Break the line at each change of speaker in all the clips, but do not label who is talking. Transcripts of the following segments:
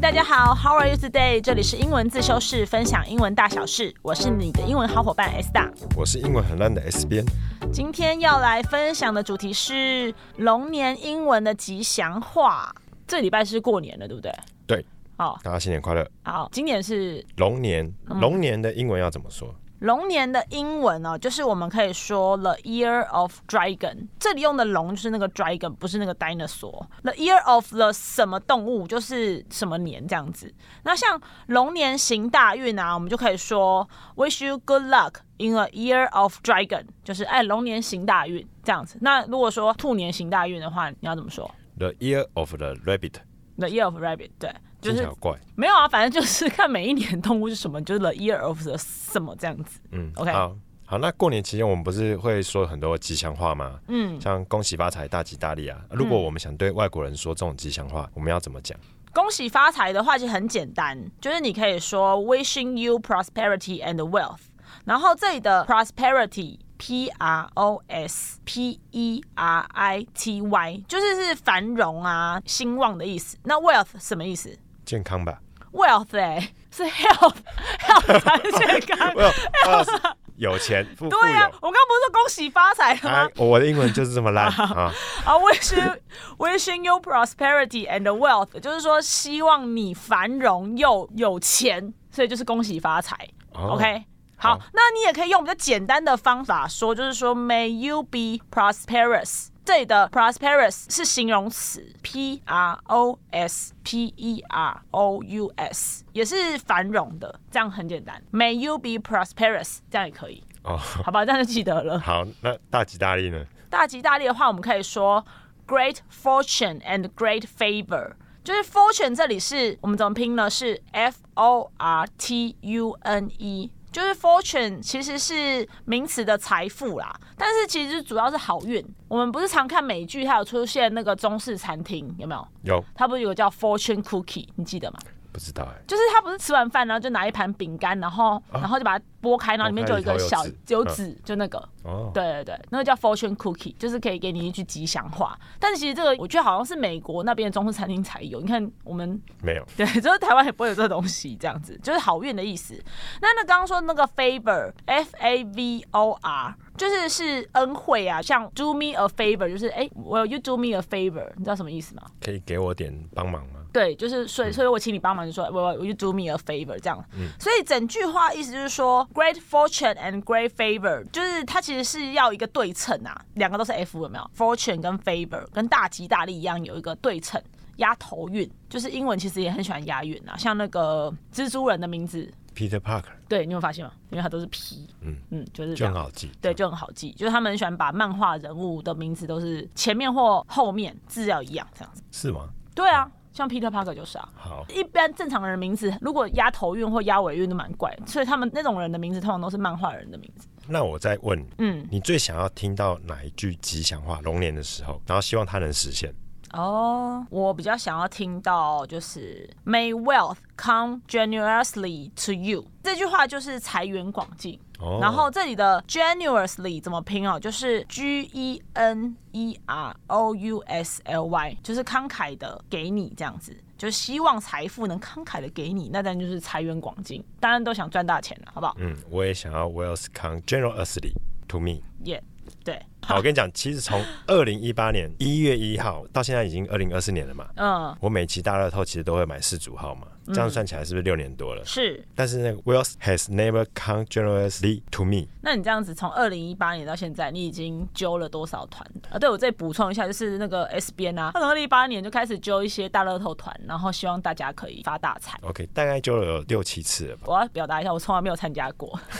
大家好，How are you today？这里是英文自修室，分享英文大小事，我是你的英文好伙伴 S 大。
我是英文很烂的 S 边，
今天要来分享的主题是龙年英文的吉祥话。这礼拜是过年了，对不对？
对，
好
大家新年快乐！
好，今年是
龙年，
嗯
龙年的英文要怎么说？
龙年的英文哦，就是我们可以说 the year of dragon。这里用的龙就是那个 dragon，不是那个 dinosaur。the year of the 什么动物就是什么年这样子。那像龙年行大运啊，我们就可以说 wish you good luck in a year of dragon，就是哎龙年行大运这样子。那如果说兔年行大运的话，你要怎么说
The year of the rabbit，
？the year of rabbit，对，就
听起
是
来好怪。
没有啊，反正就是看每一年动物是什么，就是 the year of the 什么这样子。
嗯
OK
好，好，那过年期间我们不是会说很多吉祥话吗？
嗯，
像恭喜发财、大吉大利啊。如果我们想对外国人说这种吉祥话，我们要怎么讲？
恭喜发财的话其实很简单，就是你可以说 wishing you prosperity and wealth。然后这里的 prosperity p r o s p e r i t y 就是是繁荣啊、兴旺的意思。那 wealth 什么意思
健康 吧？
？wealth 哎、 是 health health 才是健 康。
没有，啊有钱富富
对呀、啊，
有。
我刚刚不是说恭喜发财了吗
啊？，我的英文就是 这么烂啊！
啊，wish you wishing you prosperity and wealth，就是说希望你繁荣又有钱，所以就是恭喜发财。
哦
OK，好，
好
那你也可以用比较简单的方法说，就是说 May you be prosperous。这里的 prosperous 是形容词，p r o s p e r o u s，也是繁荣的，这样很简单。May you be prosperous，这样也可以，
哦，
好吧？这样就记得了。
好，那大吉大利呢？
大吉大利的话，我们可以说 great fortune and great favor。就是 fortune 这里是我们怎么拼呢？是 f o r t u n e。就是 fortune 其实是名词的财富啦，但是其实主要是好运。我们不是常看美剧，它有出现那个中式餐厅，有没有？
有
它不是有个叫 fortune cookie，你记得吗？
不知道哎、
就是他不是吃完饭，然后就拿一盘饼干，然后、然后就把它剥开，然后里面就有一个
啊剥开里头
小
有籽
有
嗯
籽，就那个。
哦，
对对对，那个叫 fortune cookie，就是可以给你一句吉祥话。但是其实这个我觉得好像是美国那边的中式餐厅才有，你看我们
没有。
对，就是台湾也不会有这个东西，这样子就是好运的意思。那那刚刚说那个 favor，f a v o r，就是是恩惠啊，像 do me a favor，就是哎，will you do me a favor？你知道什么意思吗？
可以给我点帮忙吗？
对，就是所
嗯
以，所以我请你帮忙，就说 Will you do me a favor 这样。所以整句话意思就是说，great fortune and great favor，就是它其实是要一个对称啊，两个都是 F 有没有？fortune 跟 favor 跟大吉大利一样有一个对称。押头韵就是英文，其实也很喜欢押韵啊，像那个蜘蛛人的名字，
Peter Parker
对你有发现吗？因为它都是 P，嗯嗯，就是这
就
样
很。好记，
对，就很好记，就是他们很喜欢把漫画人物的名字都是前面或后面字要一样这样子。
是吗？
对啊，像 Peter Parker 就是啊。
好，
一般正常人的名字，如果押头韵或押尾韵都蛮怪，所以他们那种人的名字通常都是漫画人的名字。
那我再问你，
嗯，
你最想要听到哪一句吉祥话？龙年的时候，然后希望它能实现。
哦，我比较想要听到就是 May wealth come generously to you 这句话就是财源广进。
哦
然后这里的 generously 怎么拼哦？就是 G E N E R O U S L Y，就是慷慨的给你这样子，就是希望财富能慷慨的给你，那当然就是财源广进，当然都想赚大钱了，好不好？
嗯，我也想要 Welcome generously to me。
耶、对，
好，我跟你讲，其实从二零一八年一月一号到现在已经二零二四年了嘛，
嗯，
我每期大乐透其实都会买四组号嘛，这样算起来是不是六年多了？
是。
但是那个 Wells has never come generously to me。
那你这样子从二零一八年到现在，你已经揪了多少团啊？对我再补充一下，就是那个 S 边啊，他从二零一八年就开始揪一些大乐透团，然后希望大家可以发大财。
OK，大概就有六七次了吧。
我要表达一下，我从来没有参加过。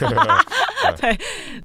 对，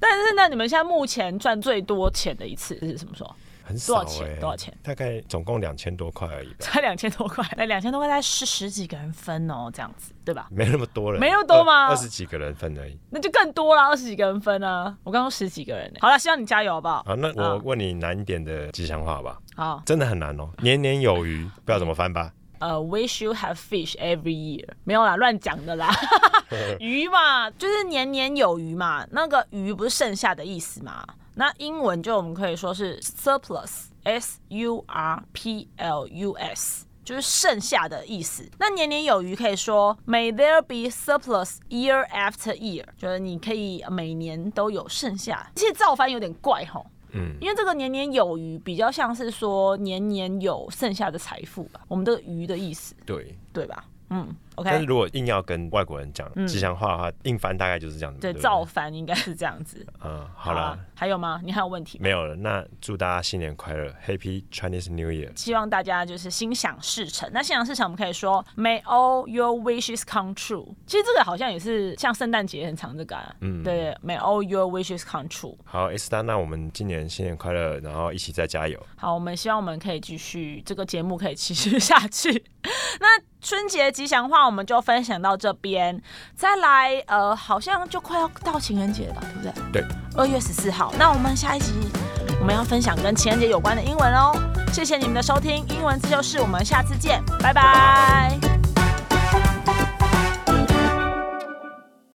但是呢，你们现在目前赚最多钱的一次是什么时候？
很
多少
少、欸、
钱多少钱？
大概总共两千多块而已吧，
才两千多块，那两千多块大概是十几个人分哦，这样子对吧？
没那么多人，
没那么多吗
二二十几个人分而已。
那就更多了，二十几个人分啊！我刚刚说十几个人呢、好了，希望你加油好不好？
好，那我
啊
问你难一点的吉祥话吧，
好，
真的很难哦，年年有余，不知道怎么翻吧。
呃，wish you have fish every year，没有啦，乱讲的啦。 鱼嘛，就是年年有余嘛，那个鱼不是剩下的意思嘛？那英文就我们可以说是 surplus，s u r p l u s。就是剩下的意思。那年年有余可以说 May there be surplus year after year，就是你可以每年都有剩下。其实造反有点怪吼，
嗯，
因为这个年年有余比较像是说年年有剩下的财富吧，我们的余的意思，
对。
对吧？嗯
但是
，OK，
如果硬要跟外国人讲吉祥话的话，硬翻大概就是这样子嘛。
嗯对，
对不对，
造反应该是这样子。
嗯，好啦，
啊，还有吗？你还有问题吗？
没有了。那祝大家新年快乐，Happy Chinese New Year。
希望大家就是心想事成。那心想事成，我们可以说 May all your wishes come true。其实这个好像也是像圣诞节也很常这个、啊，嗯，对，May all your wishes come true。
好，S 大，那我们今年新年快乐，然后一起再加油。
好，我们希望我们可以继续这个节目可以持续下去。 那春节吉祥话我们就分享到这边，再来呃，好像就快要到情人节了，对不对？
对，
二月十四号。那我们下一集我们要分享跟情人节有关的英文哦。谢谢你们的收听，英文自修室，我们下次见，拜拜